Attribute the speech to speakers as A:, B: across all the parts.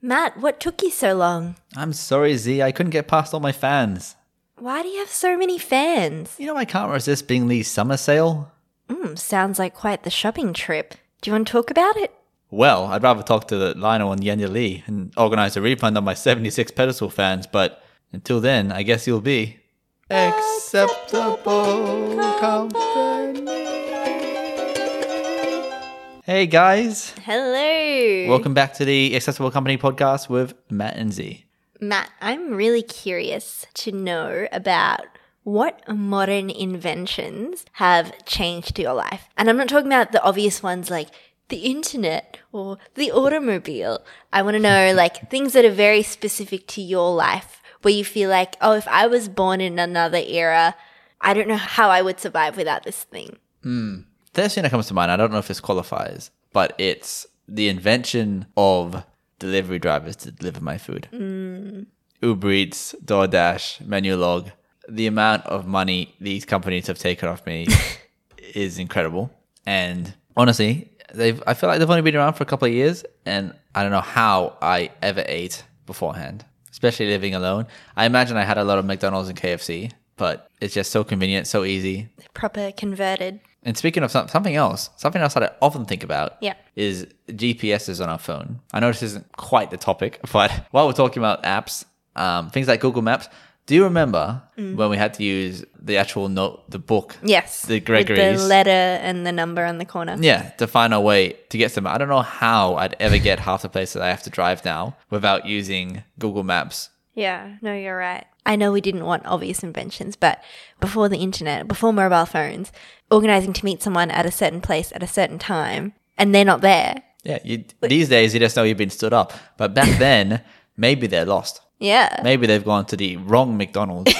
A: Matt, what took you so long?
B: I'm sorry, Z. I couldn't get past all my fans.
A: Why do you have so many fans?
B: You know, I can't resist being Lee's summer sale.
A: Mm, sounds like quite the shopping trip. Do you want to talk about it?
B: Well, I'd rather talk to the Lionel and Yenya Lee and organize a refund on my 76 pedestal fans, but until then, I guess you'll be. Acceptable company. Hey guys,
A: Hello.
B: welcome back to the Accessible Company podcast with Matt and Z.
A: Matt, I'm really curious to know about what modern inventions have changed your life. And I'm not talking about the obvious ones like the internet or the automobile. I want to know like things that are very specific to your life where you feel like, oh, if I was born in another era, I don't know how I would survive without this thing.
B: First thing that comes to mind, I don't know if this qualifies, but it's the invention of delivery drivers to deliver my food. Uber Eats, DoorDash, Menulog. The amount of money these companies have taken off me is incredible. And honestly, they've I feel like they've only been around for a couple of years and I don't know how I ever ate beforehand, especially living alone. I imagine I had a lot of McDonald's and KFC, but it's just so convenient, so easy.
A: Proper converted.
B: And speaking of some, something else, something else that I often think about
A: Yeah.
B: is GPSs on our phone. I know this isn't quite the topic, but while we're talking about apps, um, things like Google Maps, do you remember when we had to use the actual note, the book?
A: Yes.
B: The
A: With
B: Gregory's.
A: the letter and the number on the corner.
B: Yeah, to find a way to get somewhere. I don't know how I'd ever get half the places I have to drive now without using Google Maps.
A: Yeah, no, you're right. I know we didn't want obvious inventions, but before the internet, before mobile phones, organizing to meet someone at a certain place at a certain time and they're not there.
B: Yeah, you, these days you just know you've been stood up. But back then, maybe they're lost.
A: Yeah.
B: Maybe they've gone to the wrong McDonald's.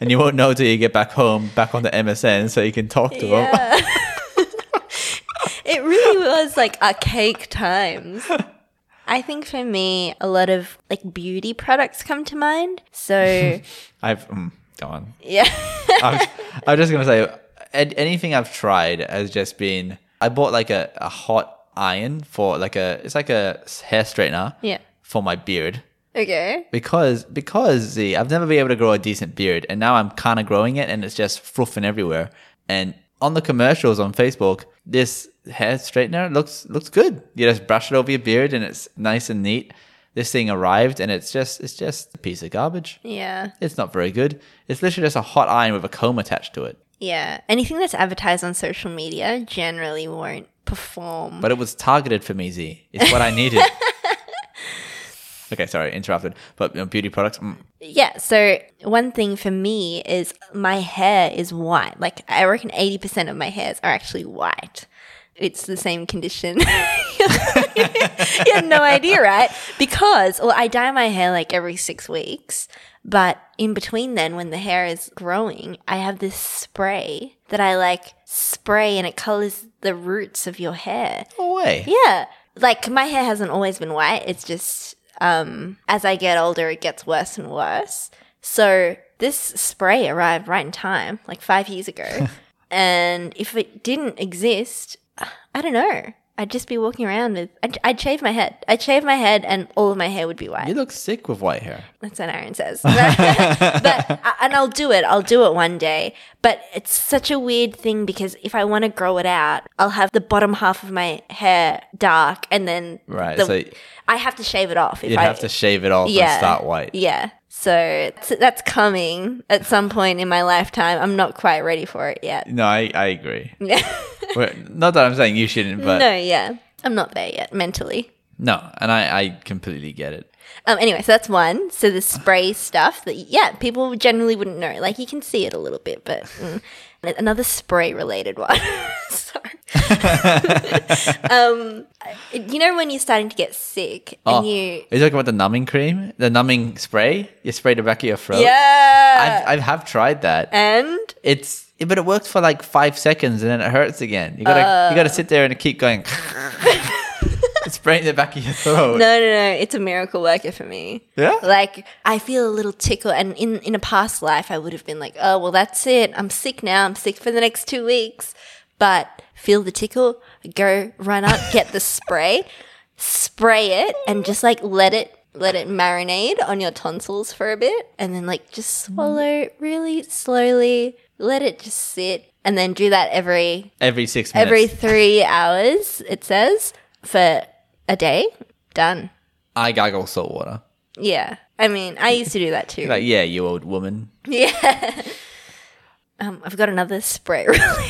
B: and you won't know till you get back home, back on the MSN, so you can talk to them.
A: Yeah. it really was like archaic times. I think for me, a lot of like beauty products come to mind. So,
B: I've mm, go on.
A: yeah.
B: I'm, I'm just gonna say an- anything I've tried has just been. I bought like a, a hot iron for like a it's like a hair straightener
A: Yeah.
B: for my beard
A: Okay.
B: because because see I've never been able to grow a decent beard and now I'm kind of growing it and it's just fluffing everywhere and on the commercials on Facebook this hair straightener looks looks good you just brush it over your beard and it's nice and neat this thing arrived and it's just it's just a piece of garbage
A: Yeah.
B: it's not very good it's literally just a hot iron with a comb attached to it
A: Yeah. Anything that's advertised on social media generally won't perform.
B: but it was targeted for me Z it's what I needed okay sorry interrupted but you know, beauty products mm,
A: Yeah, so one thing for me is my hair is white. Like I reckon 80% of my hairs are actually white. It's the same condition. you have no idea, right? Because well, I dye my hair like every 6 weeks, but in between then when the hair is growing, I have this spray that I like spray and it colors the roots of your hair.
B: no way
A: Yeah. Like my hair hasn't always been white. It's just um as I get older it gets worse and worse. So this spray arrived right in time, like 5 years ago. and if it didn't exist, I don't know. I'd just be walking around with I'd, I'd shave my head. I'd shave my head and all of my hair would be white.
B: you look sick with white hair
A: That's what Aaron says. but I- and I'll do it. I'll do it one day. But it's such a weird thing because if I want to grow it out, I'll have the bottom half of my hair dark, and then
B: Right,
A: the-
B: so-
A: I have to shave it off. If
B: You'd
A: I
B: have to shave it off and start white.
A: Yeah. So that's, that's coming at some point in my lifetime. I'm not quite ready for it yet.
B: No, I, I agree. Well, not that I'm saying you shouldn't, but
A: no, yeah, I'm not there yet mentally.
B: no, and I, I completely get it.
A: Um, anyway, so that's one. So the spray stuff that, yeah, people generally wouldn't know. Like you can see it a little bit, but mm. And another spray related one. Sorry. um, you know, when you're starting to get sick
B: Oh,
A: and you,
B: Are you talking about the numbing cream? The numbing spray? You spray the back of your throat?
A: yeah,
B: Oh. I've, I have tried that.
A: and
B: It's but it works for like five seconds and then it hurts again. You gotta you gotta
A: Uh.
B: sit there and keep going spraying the back of your
A: no, no,
B: throat.
A: no, it's a miracle worker for me.
B: Yeah?
A: Like I feel a little tickle, and in in a past life, I would have been like, oh well, that's it. I'm sick now. I'm sick for the next two weeks. But feel the tickle, go run up, get the spray. spray it and just like let it let it marinate on your tonsils for a bit and then like just swallow really slowly let it just sit and then do that every
B: Every six minutes.
A: every 3 hours it says for a day done
B: I gargle salt water.
A: yeah i mean i used to do that too
B: Like, yeah, you old woman.
A: Yeah. Um, I've got another spray really.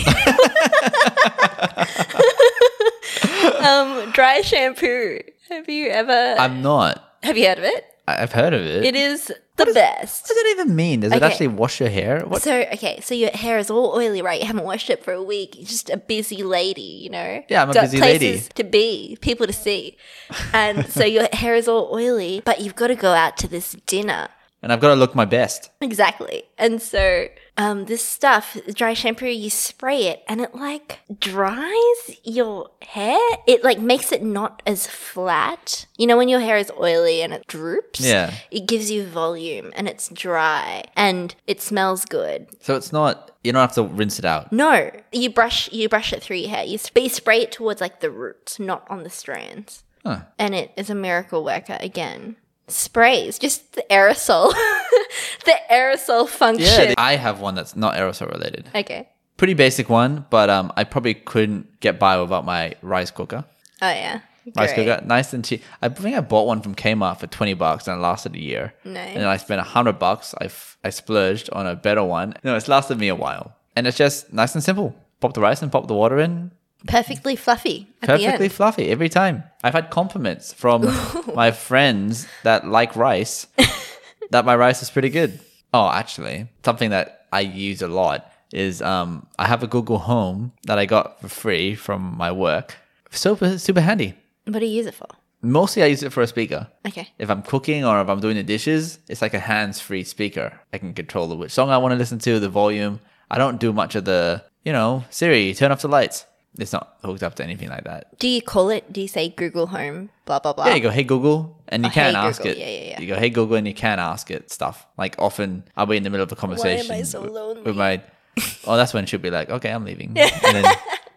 A: um, dry shampoo. Have you ever
B: I'm not.
A: have you heard of it?
B: I- I've heard of it.
A: It is the best.
B: What does it even mean? Does it
A: Okay.
B: actually wash your hair? What?
A: So okay, so your hair is all oily, right? You haven't washed it for a week. You're just a busy lady, you know.
B: Yeah, I'm a busy
A: places
B: lady.
A: to be, people to see, and so your hair is all oily, but you've got to go out to this dinner.
B: And I've got to look my best.
A: Exactly. And so um, this stuff, dry shampoo, you spray it and it like dries your hair. It like makes it not as flat. You know, when your hair is oily and it droops,
B: Yeah.
A: it gives you volume and it's dry and it smells good.
B: So it's not, you don't have to rinse it out.
A: No, you brush you brush it through your hair. You, sp- you spray it towards like the roots, not on the strands.
B: Huh.
A: And it is a miracle worker again. Sprays, just the aerosol. the aerosol function.
B: Yeah, th- I have one that's not aerosol related.
A: Okay.
B: Pretty basic one, but um, I probably couldn't get by without my rice cooker.
A: Oh yeah.
B: Rice
A: Great.
B: cooker, nice and cheap. I think I bought one from Kmart for twenty bucks and it lasted a year.
A: Nice.
B: And I spent hundred bucks. I, f- I splurged on a better one. No, it's lasted me a while, and it's just nice and simple. Pop the rice and pop the water in.
A: Perfectly fluffy. At The
B: Perfectly
A: end.
B: fluffy every time. I've had compliments from my friends that like rice that my rice is pretty good. Oh, actually, something that I use a lot is um, I have a Google Home that I got for free from my work. Super super handy.
A: What do you use it for?
B: Mostly I use it for a speaker.
A: Okay.
B: If I'm cooking or if I'm doing the dishes, it's like a hands-free speaker. I can control the which song I want to listen to, the volume. I don't do much of the, you know, Siri, turn off the lights. It's not hooked up to anything like that.
A: Do you call it? Do you say Google Home? Blah blah blah.
B: Yeah, you go, hey Google, and you
A: Ah. Oh,
B: can
A: hey,
B: ask
A: Google.
B: it.
A: Yeah, yeah, yeah.
B: You go, hey Google, and you can ask it stuff. Like often, I'll be in the middle of a conversation
A: so
B: with-
A: lonely?
B: with my. Oh, that's when she'll be like, okay, I'm leaving, and then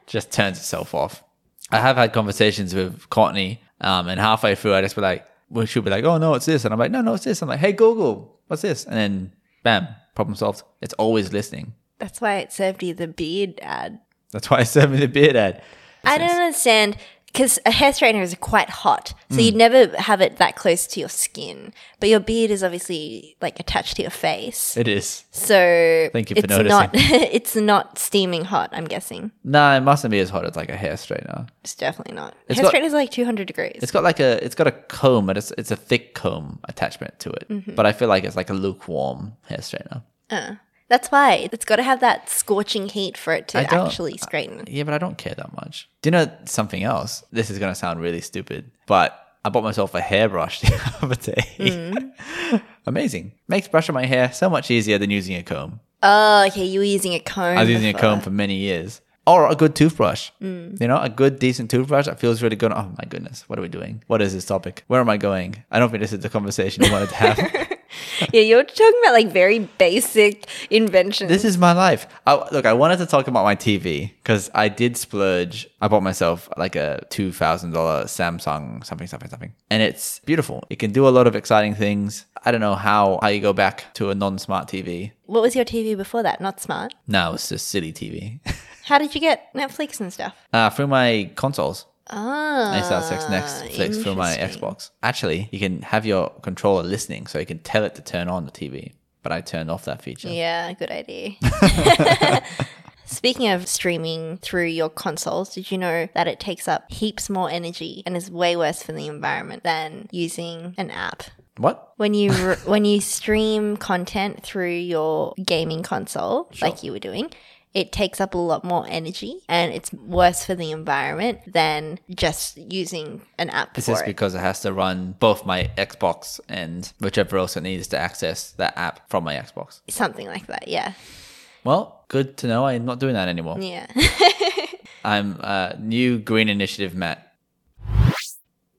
B: just turns itself off. I have had conversations with Courtney, um, and halfway through, I just be like, well, she'll be like, oh no, it's this, and I'm like, no, no, it's this. I'm like, hey Google, what's this? And then, bam, problem solved. It's always listening.
A: That's why it served you the beard ad.
B: That's why I served me the beard ad.
A: I don't understand because a hair straightener is quite hot, so you'd
B: Mm.
A: never have it that close to your skin. But your beard is obviously like attached to your face,
B: It is.
A: so
B: Thank you for
A: it's
B: noticing.
A: Not, it's not steaming hot. I'm guessing
B: Nah, it mustn't be as hot as like a hair straightener.
A: it's definitely not.
B: It's
A: hair
B: got-
A: straightener is like 200 degrees.
B: It's got like a it's got a comb, but it's it's a thick comb attachment to it. But I feel like it's like a lukewarm hair straightener.
A: Uh, that's why it's got to have that scorching heat for it to
B: I don't-
A: actually straighten.
B: Yeah, but I don't care that much. Do you know something else? This is gonna sound really stupid, but I bought myself a hairbrush the other day. Amazing. Makes brushing my hair so much easier than using a comb.
A: Oh, okay. You were using a comb.
B: I was using a
A: before.
B: comb for many years. Or a good toothbrush. You know, a good, decent toothbrush that feels really good. Oh my goodness, what are we doing? What is this topic? Where am I going? I don't think this is the conversation I wanted to have.
A: Yeah, you're talking about like very basic inventions.
B: This is my life. I, look, I wanted to talk about my TV because I did splurge. I bought myself like a two thousand dollar Samsung something something something, and it's beautiful. It can do a lot of exciting things. I don't know how how you go back to a non-smart TV.
A: what was your TV before that? Not smart.
B: No, it's just silly TV
A: How did you get Netflix and stuff?
B: uh, through my consoles.
A: Oh,
B: I used to have Sex Next Flicks through my Xbox. Actually, you can have your controller listening, so you can tell it to turn on the TV. But I turned off that feature.
A: Yeah, good idea. Speaking of streaming through your consoles, did you know that it takes up heaps more energy and is way worse for the environment than using an app?
B: What?
A: when you re- when you stream content through your gaming console like you were doing it takes up a lot more energy and it's worse for the environment than just using an app
B: It's
A: for
B: just
A: it.
B: because it has to run both my Xbox and whichever else it needs to access that app from my Xbox.
A: something like that yeah
B: Well, good to know I'm not doing that anymore.
A: yeah
B: I'm uh, new green initiative Matt.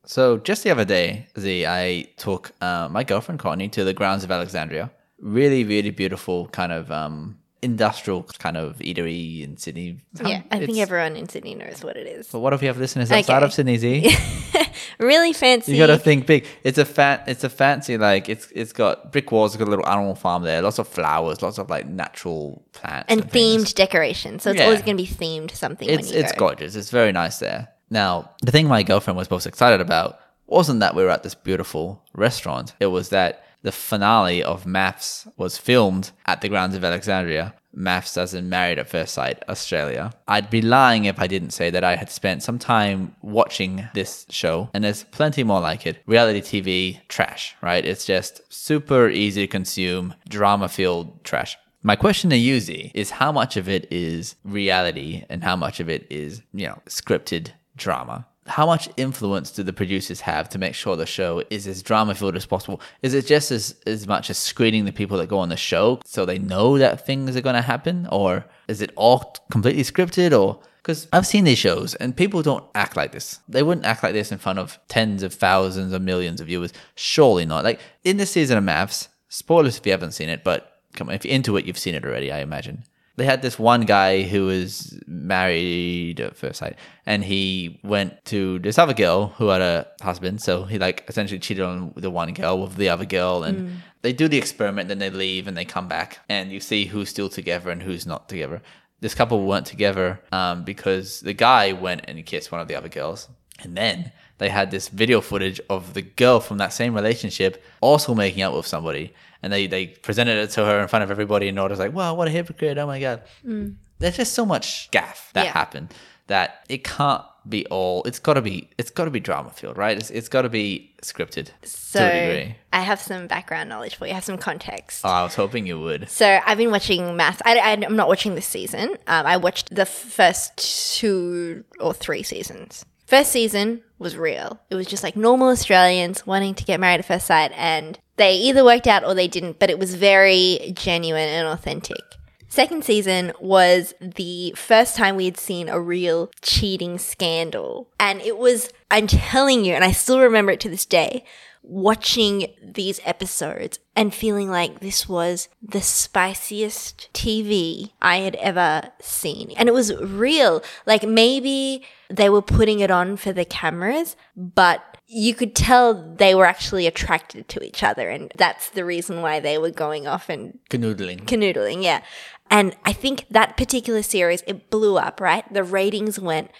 B: So just the other day, Z, I took uh, my girlfriend Courtney to the grounds of Alexandria. Really, really beautiful kind of um, industrial kind of eatery in Sydney.
A: Yeah, I think
B: Um, It's-
A: everyone in Sydney knows what it is.
B: But what if we have listeners outside
A: Okay.
B: of Sydney, Z?
A: really fancy.
B: You got to think big. It's a fan. It's a fancy like it's it's got brick walls. It's got a little animal farm there. Lots of flowers. Lots of like natural plants
A: and
B: and, things.
A: themed decoration. So it's
B: Yeah.
A: always going to be themed something
B: It's
A: when you
B: it's
A: go.
B: gorgeous. It's very nice there. Now the thing my girlfriend was most excited about wasn't that we were at this beautiful restaurant. It was that the finale of Maths was filmed at the grounds of Alexandria. Maths as in Married at First Sight, Australia. I'd be lying if I didn't say that I had spent some time watching this show, and there's plenty more like it. Reality TV trash, right? It's just super easy to consume, drama filled trash. My question to you, Z, is how much of it is reality and how much of it is, you know, scripted drama? How much influence do the producers have to make sure the show is as drama filled as possible? Is it just as, as much as screening the people that go on the show so they know that things are going to happen? Or is it all completely scripted? Or because I've seen these shows and people don't act like this. They wouldn't act like this in front of tens of thousands or millions of viewers. Surely not. Like in this season of Maths, spoilers if you haven't seen it, but come on, if you're into it, you've seen it already, I imagine. They had this one guy who was married at first sight, and he went to this other girl who had a husband. So he like essentially cheated on the one girl with the other girl, and they do the experiment, then they leave and they come back, and you see who's still together and who's not together. This couple weren't together um, because the guy went and kissed one of the other girls, and then they had this video footage of the girl from that same relationship also making out with somebody. And they, they presented it to her in front of everybody, and Nora's like, wow, what a hypocrite. Oh my God. There's just so much gaff that
A: Mm. Yeah.
B: happened that it can't be all it's got to be it's got to be drama filled right it's, it's got to be scripted to a
A: So
B: degree
A: I have some background knowledge for you. I have some context.
B: oh, i was hoping you would
A: So I've been watching Math. I, am not watching this season. Um, I watched the first two or three seasons. First season was real. It was just like normal Australians wanting to get married at first sight, and they either worked out or they didn't. But it was very genuine and authentic. Second season was the first time we had seen a real cheating scandal. And it was, I'm telling you, and I still remember it to this day, watching these episodes and feeling like this was the spiciest TV I had ever seen. And it was real. Like maybe they were putting it on for the cameras, but you could tell they were actually attracted to each other. And that's the reason why they were going off and
B: canoodling
A: canoodling, yeah. And I think that particular series, it blew up, right? The ratings went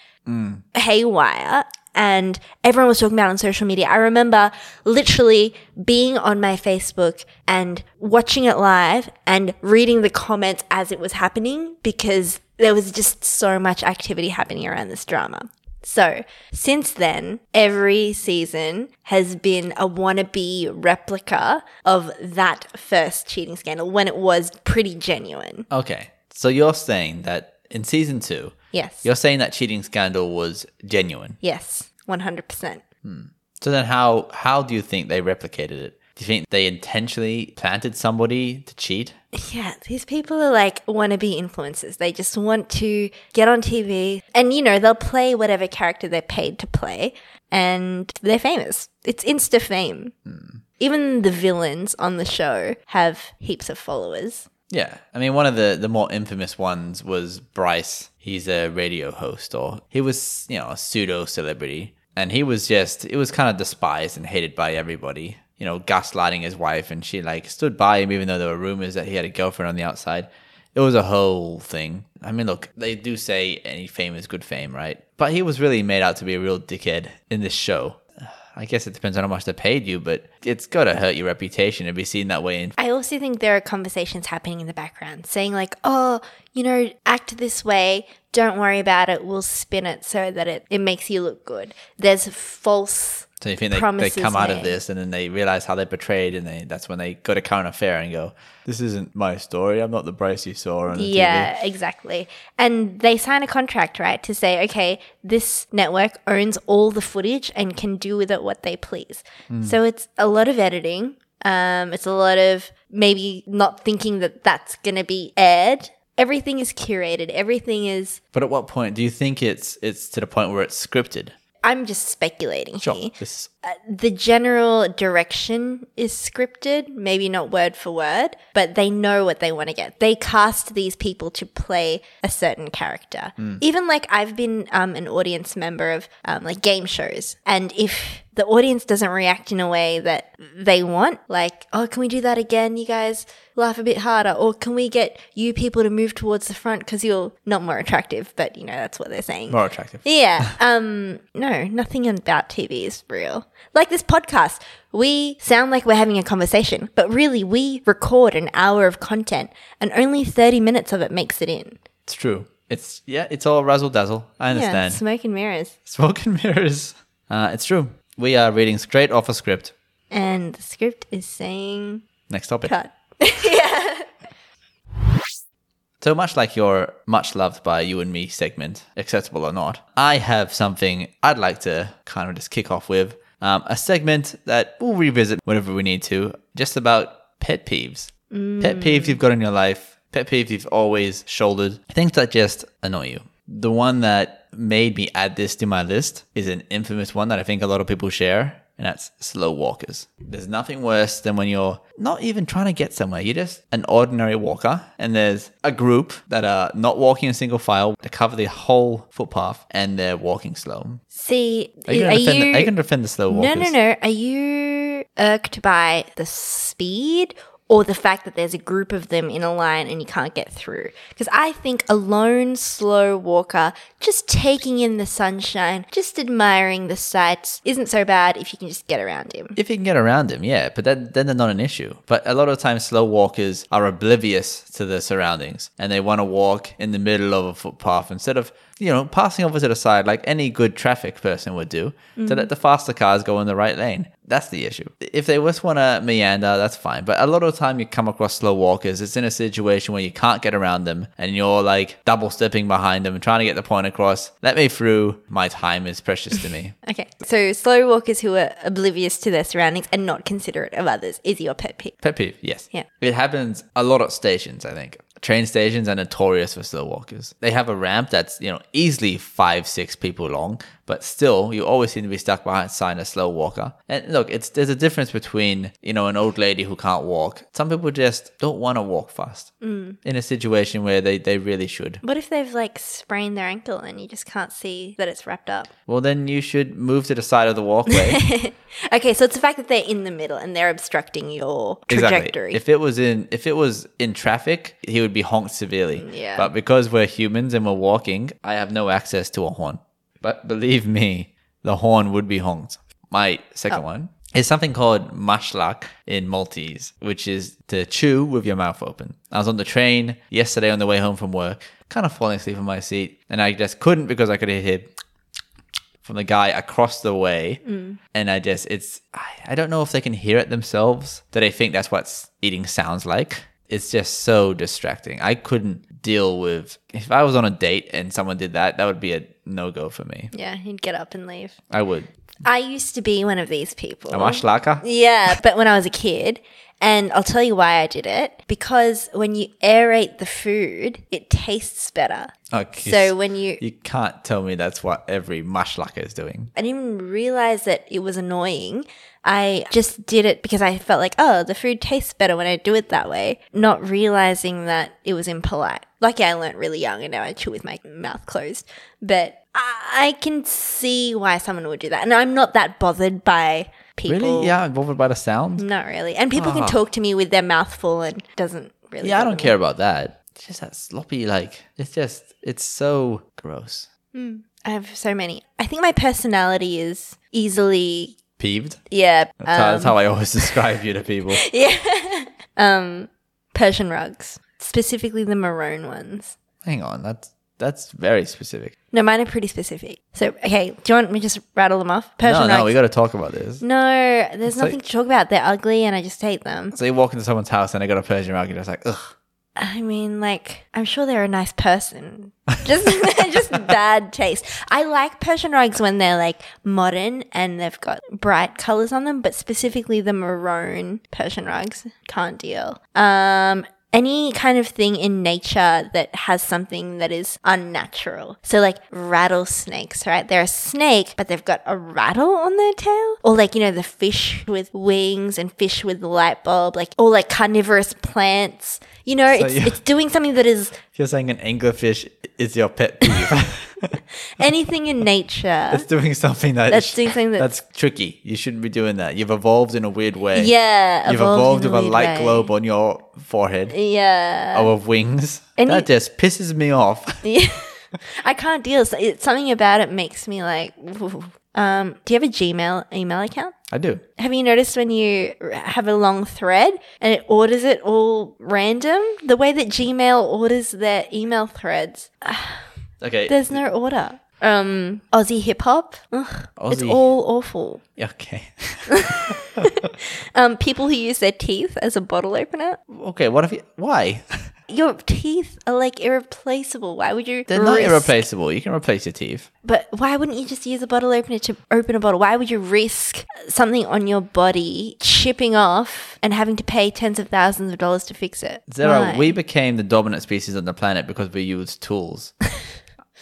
A: haywire and everyone was talking about it on social media. I remember literally being on my Facebook and watching it live and reading the comments as it was happening because there was just so much activity happening around this drama. So, since then, every season has been a wannabe replica of that first cheating scandal when it was pretty genuine.
B: okay so you're saying that in season two
A: Yes.
B: you're saying that cheating scandal was genuine
A: Yes. 100%.
B: So then how how do you think they replicated it? Do you think they intentionally planted somebody to cheat?
A: Yeah, these people are like wannabe influencers. They just want to get on TV and, you know, they'll play whatever character they're paid to play and they're famous. It's insta fame. Even the villains on the show have heaps of followers.
B: Yeah. I mean one of the the more infamous ones was Bryce. He's a radio host or he was, you know, a pseudo celebrity and he was just it was kind of despised and hated by everybody. You know, gaslighting his wife and she like stood by him even though there were rumors that he had a girlfriend on the outside. It was a whole thing. I mean, look, they do say any fame is good fame, right? But he was really made out to be a real dickhead in this show. I guess it depends on how much they paid you, but it's got to hurt your reputation to be seen that way. In
A: I also think there are conversations happening in the background saying, like, oh, you know, act this way. Don't worry about it. We'll spin it so that it, it makes you look good. There's false.
B: so you think they, they
A: Promises
B: come out of
A: made.
B: this and then they realize how they're portrayed, and they that's when they go to current affair and go, "This isn't my story. I'm not the Bryce you saw on the
A: Yeah, exactly. And they sign a contract, right, to say, okay, this network owns all the footage and can do with it what they please.
B: Hmm.
A: So it's a lot of editing. Um, it's a lot of maybe not thinking that that's going to be aired. Everything is curated. Everything is.
B: But at what point do you think it's it's to the point where it's scripted?
A: I'm just speculating
B: Sure.
A: here.
B: This
A: the general direction is scripted, maybe not word for word, but they know what they want to get. They cast these people to play a certain character. Even like I've been um, an audience member of um, like game shows, and if the audience doesn't react in a way that they want, like, oh, can we do that again, you guys? Laugh a bit harder, or can we get you people to move towards the front because you're not more attractive? But you know, that's what they're saying.
B: More attractive.
A: Yeah. Um, no, nothing about TV is real. Like this podcast, we sound like we're having a conversation, but really we record an hour of content and only 30 minutes of it makes it in.
B: It's true. It's yeah. It's all razzle dazzle. I
A: Yeah,
B: understand.
A: smoke and mirrors.
B: Smoke and mirrors. Uh, it's true. We are reading straight off a script.
A: And the script is saying
B: Next topic.
A: cut.
B: So much like your much loved by you and me segment, acceptable or not, I have something I'd like to kind of just kick off with. Um, a segment that we'll revisit whenever we need to, just about pet peeves. Pet peeves you've got in your life, pet peeves you've always shouldered, things that just annoy you. The one that made me add this to my list is an infamous one that I think a lot of people share, and that's slow walkers. There's nothing worse than when you're not even trying to get somewhere. You're just an ordinary walker, and there's a group that are not walking in single file to cover the whole footpath, and they're walking slow.
A: See,
B: Are you
A: are
B: going to defend,
A: you-
B: are you gonna defend the slow
A: no,
B: walkers?
A: no, no. Are you irked by the speed or the fact that there's a group of them in a line and you can't get through? Because I think a lone, slow walker just taking in the sunshine, just admiring the sights, isn't so bad if you can just get around him.
B: If you can get around them, yeah, but then, then they're not an issue. But a lot of times, slow walkers are oblivious to their surroundings and they want to walk in the middle of a footpath instead of, you know, passing over to the side like any good traffic person would do to let the faster cars go in the right lane. That's the issue. If they just want to meander, that's fine. But a lot of the time, you come across slow walkers, it's in a situation where you can't get around them and you're like double stepping behind them, trying to get the point across. Let me through. My time is precious to me.
A: Okay, so slow walkers who are oblivious to their surroundings and not considerate of others is your pet peeve.
B: Pet peeve, yes.
A: Yeah.
B: It happens a lot at stations, I think. Train stations are notorious for slow walkers. They have a ramp that's, you know, easily five, six people long, but still you always seem to be stuck behind sign a slow walker. And look, it's there's a difference between, you know, an old lady who can't walk. Some people just don't want to walk fast in a situation where they, they really should.
A: What if they've like sprained their ankle and you just can't see that it's wrapped up?
B: Well then you should move to the side of the walkway.
A: Okay, so it's the fact that they're in the middle and they're obstructing your trajectory.
B: If it was in if it was in traffic, he would be honked severely.
A: Mm, Yeah.
B: But because we're humans and we're walking, I have no access to a horn. But believe me, the horn would be honked. My second
A: Oh.
B: one is something called mashlak in Maltese, which is to chew with your mouth open. I was on the train yesterday on the way home from work, kind of falling asleep in my seat, and I just couldn't because I could hear from the guy across the way.
A: Mm.
B: And I just, it's, I, I don't know if they can hear it themselves. Do they think that's what s- eating sounds like? It's just so distracting. I couldn't deal with, if I was on a date and someone did that, that would be a no go for me.
A: Yeah, he'd get up and leave.
B: I would.
A: I used to be one of these people.
B: Am I schlacker?
A: Yeah, but when I was a kid. And I'll tell you why I did it. Because when you aerate the food, it tastes better.
B: Okay.
A: So when you,
B: Oh, you can't tell me that's what every mashlaka is doing.
A: I didn't even realize that it was annoying. I just did it because I felt like, oh, the food tastes better when I do it that way, not realizing that it was impolite. Lucky I learnt really young and now I chew with my mouth closed. But I, I can see why someone would do that. And I'm not that bothered by people. Mm.
B: Really? Yeah, I'm bothered by the sound.
A: Not really. And people
B: Ah.
A: can talk to me with their mouth full and doesn't really.
B: Yeah, I
A: bother
B: don't
A: me.
B: care about that. It's just that sloppy, like, it's just, it's so gross.
A: I have so many. I think my personality is easily,
B: Peeved?
A: yeah,
B: That's, how, that's
A: um,
B: how I always describe you to people.
A: Um, Persian rugs, specifically the maroon ones.
B: Hang on, that's that's very specific.
A: No, mine are pretty specific. So, okay, do you want me to just rattle them off? Persian
B: no,
A: rugs.
B: no, we got to talk about this.
A: no, there's nothing
B: like-
A: to talk about. They're ugly and I just hate them.
B: So you walk into someone's house and they got a Persian rug, and it's like, ugh.
A: I mean, like, I'm sure they're a nice person. Just, just bad taste. I like Persian rugs when they're like modern and they've got bright colors on them, but specifically the maroon Persian rugs. Can't deal. Um, any kind of thing in nature that has something that is unnatural. So, like rattlesnakes, right? They're a snake, but they've got a rattle on their tail. Or, like, you know, the fish with wings and fish with the light bulb, like, or like carnivorous plants. You know, it's,
B: you-
A: it's doing something that is
B: You're saying an anglerfish is your pet peeve.
A: anything in nature.
B: that's doing something that
A: That's doing something that's-
B: that's tricky. You shouldn't be doing that. You've evolved in a weird way.
A: Yeah.
B: You've evolved
A: in
B: with a
A: weird
B: light
A: way.
B: globe on your forehead
A: Yeah.
B: or with wings.
A: And
B: that
A: you-
B: just pisses me off.
A: Yeah. I can't deal. So- It's something about it makes me like. ooh. Um, do you have a Gmail email account?
B: I do.
A: Have you noticed when you r- have a long thread and it orders it all random? The way that Gmail orders their email threads,
B: Okay.
A: there's no order. Um, Aussie hip hop, Ugh, it's
B: Aussie.
A: all awful.
B: Okay.
A: Um, people who use their teeth as a bottle opener,
B: okay. What if you? Why?
A: your teeth are like irreplaceable. Why would you?
B: They're not
A: risk-
B: irreplaceable. You can replace your teeth.
A: But why wouldn't you just use a bottle opener to open a bottle? Why would you risk something on your body chipping off and having to pay tens of thousands of dollars to fix it?
B: Zara,
A: Why?
B: we became the dominant species on the planet because we used tools.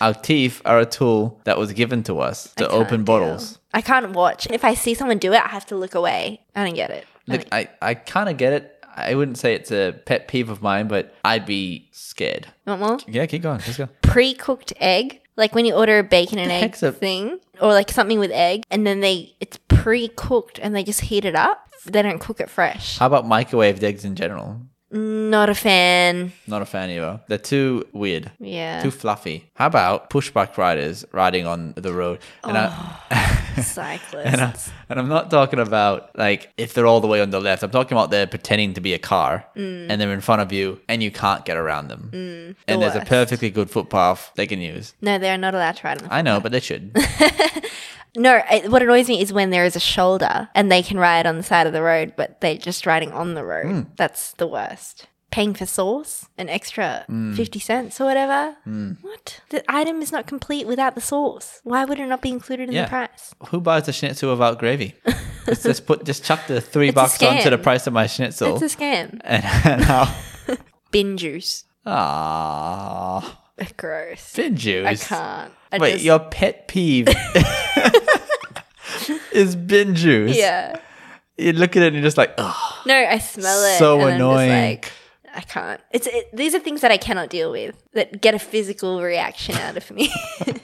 B: Our teeth are a tool that was given to us to open bottles.
A: I can't watch. If I see someone do it, I have to look away. I don't get it. I
B: Look, I, I kind of get it. I wouldn't say it's a pet peeve of mine, but I'd be scared.
A: don't- you want more?
B: Yeah, keep going. Let's go.
A: Pre-cooked egg, like when you order a bacon and egg
B: heck's a-
A: thing, or like something with egg, and then they it's pre-cooked and they just heat it up. They don't cook it fresh.
B: How about microwaved eggs in general?
A: Not a fan.
B: Not a fan either. They're too weird.
A: Yeah,
B: Too fluffy. How about pushback riders riding on the road? And I, and, I,
A: cyclists.
B: and I'm not talking about like if they're all the way on the left. I'm talking about they're pretending to be a car
A: Mm.
B: and they're in front of you and you can't get around them. and there's a
A: worst.
B: perfectly good footpath they can use.
A: No, they are not allowed to ride on the
B: I know, but they should.
A: No, it, what annoys me is when there is a shoulder and they can ride on the side of the road, but they're just riding on the
B: Hmm.
A: road. That's the worst. Paying for sauce, an extra
B: Hmm.
A: 50 cents or whatever. What? The item is not complete without the sauce. Why would it not be included in
B: Yeah.
A: the price?
B: Who buys a schnitzel without gravy? Let's just put just chuck the three
A: a
B: bucks onto the
A: scam.
B: price of my schnitzel.
A: It's a scam.
B: and, and I'll
A: Bin juice.
B: Ah,
A: Gross.
B: fin juice.
A: I can't. I
B: Wait,
A: just-
B: your pet peeve is bin juice.
A: Yeah.
B: You look at it and you're just like, oh,
A: No, I smell it.
B: so
A: and I'm just
B: annoying.
A: like, I can't. It's it, these are things that I cannot deal with that get a physical reaction out of me.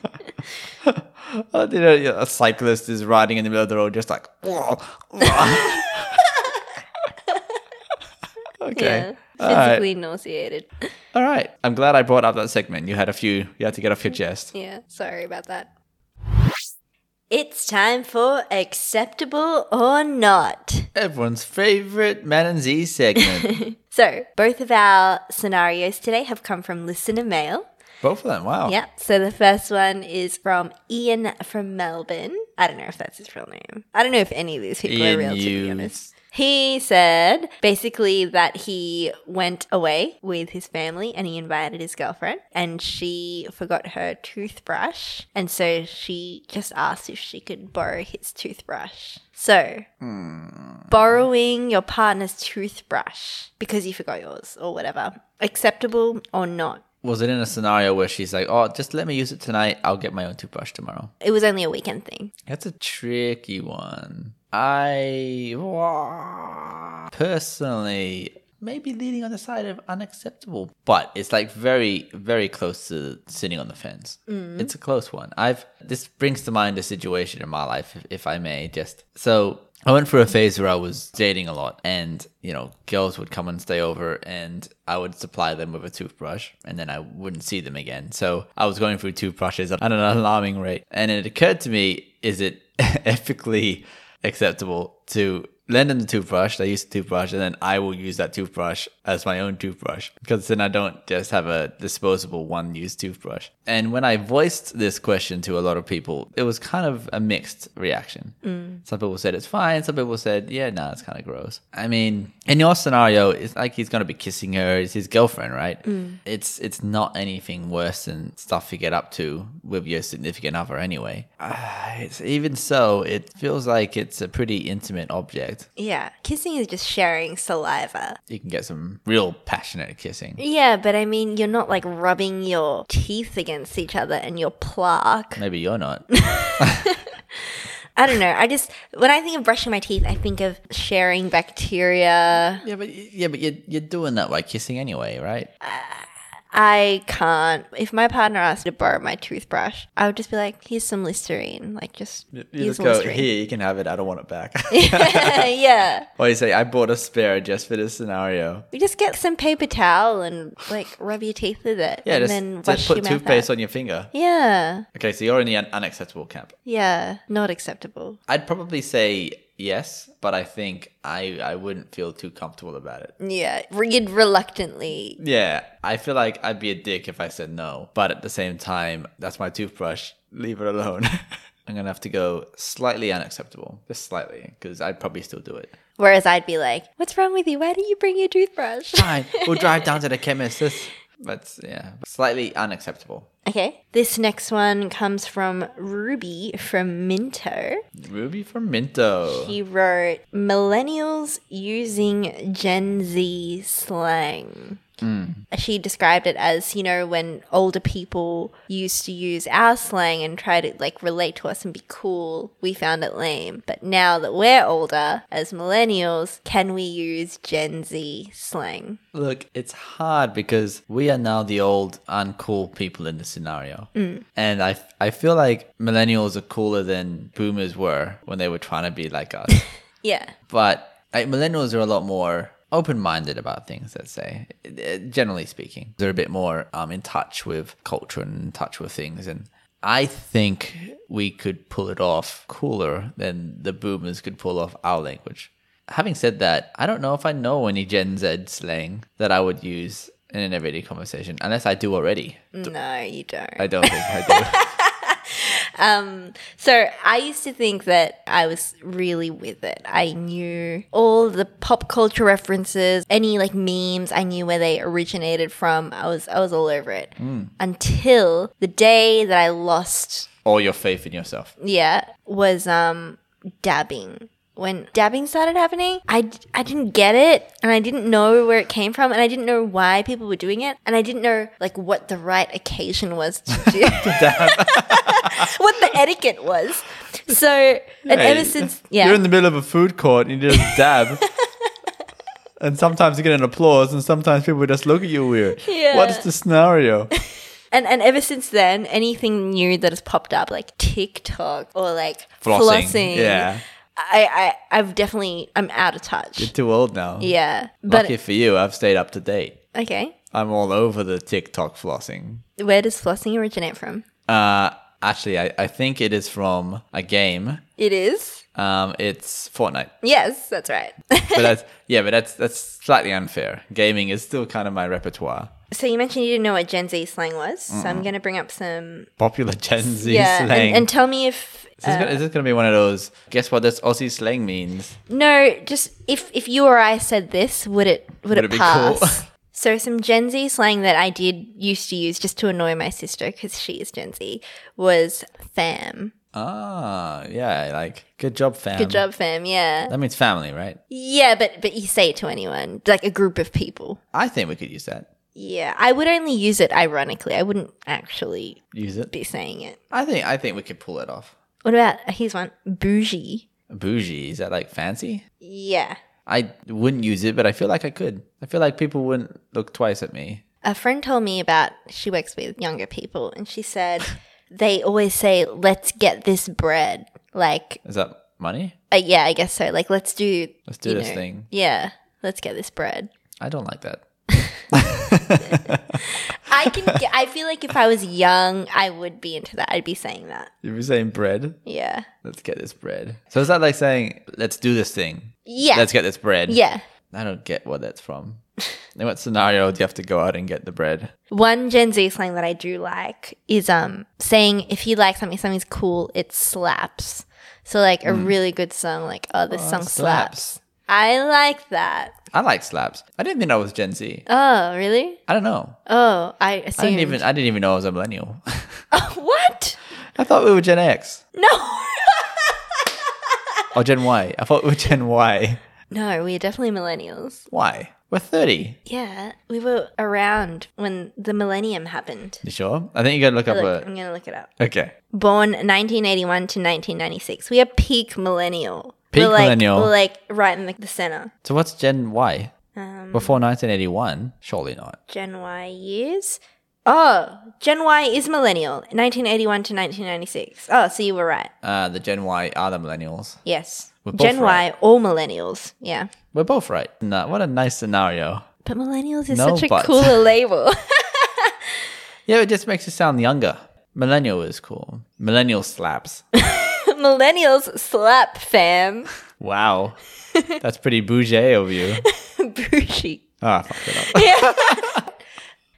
B: Oh, you know, a cyclist is riding in the middle of the road, just like, oh, oh."
A: Yeah.
B: okay. All right.
A: Physically nauseated.
B: All right. I'm glad I brought up that segment. You had a few you had to get off
A: Mm-hmm.
B: your chest.
A: Yeah, sorry about that. It's time for acceptable or not.
B: Everyone's favorite Man and Z segment.
A: So, both of our scenarios today have come from listener mail.
B: Both of them. Wow.
A: Yeah. So the first one is from Ian from Melbourne. I don't know if that's his real name. I don't know if any of these people
B: Ian
A: are real, to be
B: Hughes.
A: honest. He said basically that he went away with his family and he invited his girlfriend and she forgot her toothbrush. And so she just asked if she could borrow his toothbrush. So borrowing your partner's toothbrush because you forgot yours or whatever, acceptable or not.
B: Was it in a scenario where she's like, oh, just let me use it tonight. I'll get my own toothbrush tomorrow?
A: It was only a weekend thing.
B: That's a tricky one. I personally maybe leaning on the side of unacceptable, but it's like very, very close to sitting on the fence. It's a close one. I've this brings to mind a situation in my life, if, if I may. Just so I went through a phase where I was dating a lot, and you know, girls would come and stay over, and I would supply them with a toothbrush, and then I wouldn't see them again. So I was going through toothbrushes at an alarming rate, and it occurred to me: is it ethically acceptable to lend them the toothbrush? They use the toothbrush, and then I will use that toothbrush as my own toothbrush because then I don't just have a disposable one-use toothbrush. And when I voiced this question to a lot of people, it was kind of a mixed reaction. Some people said it's fine. Some people said, yeah, nah, it's kind of gross. I mean, in your scenario, it's like he's gonna be kissing her. It's his girlfriend, right? It's it's not anything worse than stuff you get up to with your significant other, anyway. Ah, it's even so, it feels like it's a pretty intimate object, connect.
A: Yeah. Kissing is just sharing saliva.
B: You can get some real passionate kissing.
A: Yeah, but I mean, you're not like rubbing your teeth against each other and your plaque.
B: Maybe you're not.
A: I don't know. I just, when I think of brushing my teeth, I think of sharing bacteria.
B: yeah, but yeah, but you're you're doing that by kissing anyway, right?
A: I can't. If my partner asked to borrow my toothbrush, I would just be like, here's some Listerine. Like, just,
B: You
A: here's
B: just
A: some
B: go
A: Listerine.
B: here. You can have it. I don't want it back.
A: yeah.
B: or you say I bought a spare just for this scenario.
A: You just get some paper towel and like rub your teeth with it.
B: Yeah,
A: and
B: just,
A: then
B: just
A: wash
B: put
A: your mouth
B: toothpaste
A: out.
B: on your finger.
A: Yeah.
B: Okay, so you're in the un- unacceptable camp.
A: Yeah. Not acceptable.
B: I'd probably say yes, but I think I I wouldn't feel too comfortable about it.
A: Yeah. You'd reluctantly.
B: Yeah, I feel like I'd be a dick if I said no, but at the same time, that's my toothbrush. Leave it alone. I'm gonna have to go slightly unacceptable, just slightly, because I'd probably still do it.
A: Whereas I'd be like, what's wrong with you? Why didn't you bring your toothbrush?
B: Fine, we'll drive down to the chemist. This, but yeah, slightly unacceptable.
A: okay. This next one comes from Ruby from Minto.
B: Ruby from Minto.
A: He wrote Millennials using Gen Z slang. She described it as, you know, when older people used to use our slang and try to like relate to us and be cool, we found it lame. But now that we're older, as millennials, can we use Gen Z slang?
B: Look, it's hard because we are now the old uncool people in the scenario. And I, I feel like millennials are cooler than boomers were when they were trying to be like us.
A: Yeah.
B: but like, millennials are a lot more open-minded about things let's say Uh, generally speaking they're a bit more um, in touch with culture and in touch with things and i think we could pull it off cooler than the boomers could pull off our language having said that i don't know if i know any gen z slang that i would use in an everyday conversation unless i do already
A: No, you don't.
B: i don't think i do
A: So I used to think that I was really with it. I knew all the pop culture references, any like memes. I knew where they originated from. I was I was all over it until the day that I lost.
B: or your faith in yourself
A: Yeah, was um dabbing. When dabbing started happening, I, d- I didn't get it and I didn't know where it came from and I didn't know why people were doing it and I didn't know like what the right occasion was to do what the etiquette was. So, and ever since, yeah,
B: You're in the middle of a food court and you just dab. and sometimes you get an applause and sometimes people just look at you weird.
A: Yeah.
B: What is the scenario?
A: and and ever since then, anything new that has popped up, like TikTok or like flossing,
B: Flossing, yeah.
A: I, I I've definitely I'm out of touch.
B: Too old now.
A: Yeah, but
B: Lucky for you, I've stayed up to date.
A: okay,
B: I'm all over the TikTok flossing.
A: where does flossing originate from?
B: Uh, actually, I, I think it is from a game.
A: It is
B: Um, it's Fortnite.
A: yes, that's right.
B: But that's yeah, but that's that's slightly unfair. Gaming is still kind of my repertoire.
A: so you mentioned you didn't know what Gen Z slang was, so I'm gonna bring up some
B: Popular Gen Z
A: yeah, and,
B: slang.
A: and tell me if.
B: is, this gonna, is this gonna be one of those? Guess what? This Aussie slang means.
A: No, just if if you or I said this, would it would, it,
B: it be
A: pass?
B: cool?
A: so some Gen Z slang that I did used to use just to annoy my sister because she is Gen Z was fam.
B: Ah, yeah, like good job, fam.
A: Good job, fam. Yeah,
B: That means family, right?
A: yeah, but but you say it to anyone, like a group of people.
B: I think we could use that.
A: Yeah, I would only use it ironically. I wouldn't actually
B: Use it.
A: be saying it.
B: I think I think we could pull it off.
A: What about here's one bougie?
B: Bougie is that like fancy?
A: Yeah,
B: I wouldn't use it, but I feel like I could. I feel like people wouldn't look twice at me.
A: A friend told me about she works with younger people, and she said they always say, "Let's get this bread." Like,
B: Is that money?
A: uh, yeah, I guess so. Like, let's do.
B: Let's do
A: you
B: this
A: know,
B: thing.
A: Yeah, let's get this bread.
B: I don't like that.
A: I can. get, I feel like if I was young, I would be into that. I'd be saying that.
B: You were saying bread.
A: Yeah.
B: Let's get this bread. So is that like saying let's do this thing?
A: Yeah.
B: Let's get this bread.
A: yeah.
B: I don't get what that's from. In what scenario do you have to go out and get the bread?
A: One Gen Z slang that I do like is um saying if you like something, something's cool, it slaps. So like a really good song, like Mm. oh this song slaps. I like that.
B: I like slaps. I didn't think I was Gen Z.
A: Oh really?
B: I don't know.
A: Oh, I assumed.
B: I didn't even I didn't even know I was a millennial.
A: Oh, what?
B: I thought we were Gen X.
A: No.
B: Oh, Gen Y. I thought we were Gen Y.
A: No, we're definitely millennials.
B: Why? We're 30.
A: Yeah, we were around when the millennium happened.
B: You sure? I think you gotta look up
A: Look,
B: a.
A: I'm gonna look it up.
B: Okay.
A: Born 1981 to 1996. We are peak millennial.
B: Peak
A: we're like,
B: millennial.
A: We're like right in the, the center.
B: So what's Gen Y?
A: Um,
B: Before 1981? Surely not.
A: Gen Y years. Oh, Gen Y is millennial. 1981 to 1996. Oh, so you were right.
B: Uh, the Gen Y are the millennials.
A: Yes.
B: We're both
A: Gen
B: right.
A: Y, all millennials. Yeah.
B: We're both right. Nah, what a nice scenario.
A: But millennials is
B: No
A: such a
B: buts.
A: cooler label.
B: Yeah, it just makes you sound younger. Millennial is cool. Millennial slaps.
A: millennials slap, fam.
B: Wow. That's pretty bougie of you.
A: Bougie.
B: Ah, fuck it up.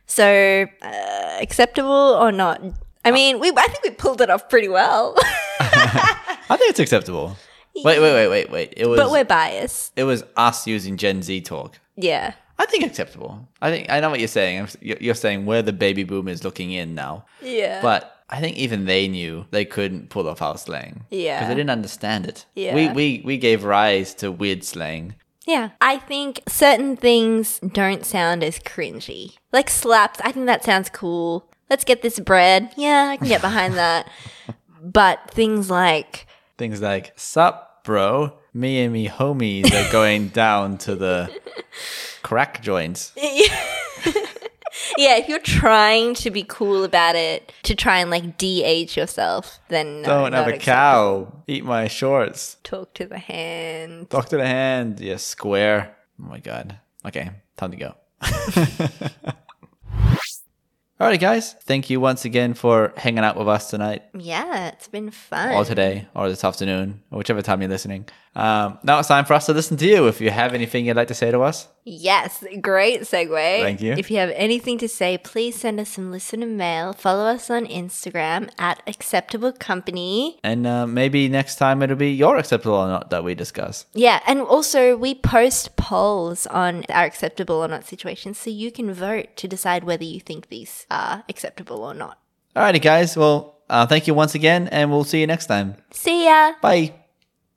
A: So, uh, acceptable or not?
B: Uh,
A: I mean, we I think we pulled it off pretty well.
B: I think it's acceptable. Wait, wait, wait, wait, wait. It was
A: but we're biased.
B: it was us using Gen Z talk.
A: Yeah.
B: I think acceptable. I think I know what you're saying. I'm s- you're you're saying where the baby boomers looking in now,
A: Yeah.
B: but I think even they knew they couldn't pull off our slang.
A: Yeah.
B: because they didn't understand it.
A: Yeah.
B: we we we gave rise to weird slang.
A: Yeah. I think certain things don't sound as cringy. Like slaps, I think that sounds cool. Let's get this bread. Yeah, I can get behind that. But things like,
B: Things like "sup, bro," me and me homies are going down to the crack joints.
A: yeah, if you're trying to be cool about it, to try and like de age yourself, then no,
B: Don't
A: not
B: have a
A: accept-
B: cow. Eat my shorts.
A: Talk to the hand.
B: Talk to the hand. Yeah, square. Oh my god. Okay, time to go. Alrighty, guys. Thank you once again for hanging out with us tonight,
A: Yeah, it's been fun.
B: or today, or this afternoon, or whichever time you're listening. Um, now it's time for us to listen to you. If you have anything you'd like to say to us,
A: Yes, great segue.
B: Thank you.
A: If you have anything to say, please send us some listener mail. Follow us on Instagram at acceptable company.
B: and uh, maybe next time it'll be your acceptable or not that we discuss.
A: Yeah, and also we post polls on our acceptable or not situations, so you can vote to decide whether you think these are acceptable or not.
B: Alrighty, guys. Well, uh, thank you once again, and we'll see you next time.
A: See ya.
B: Bye.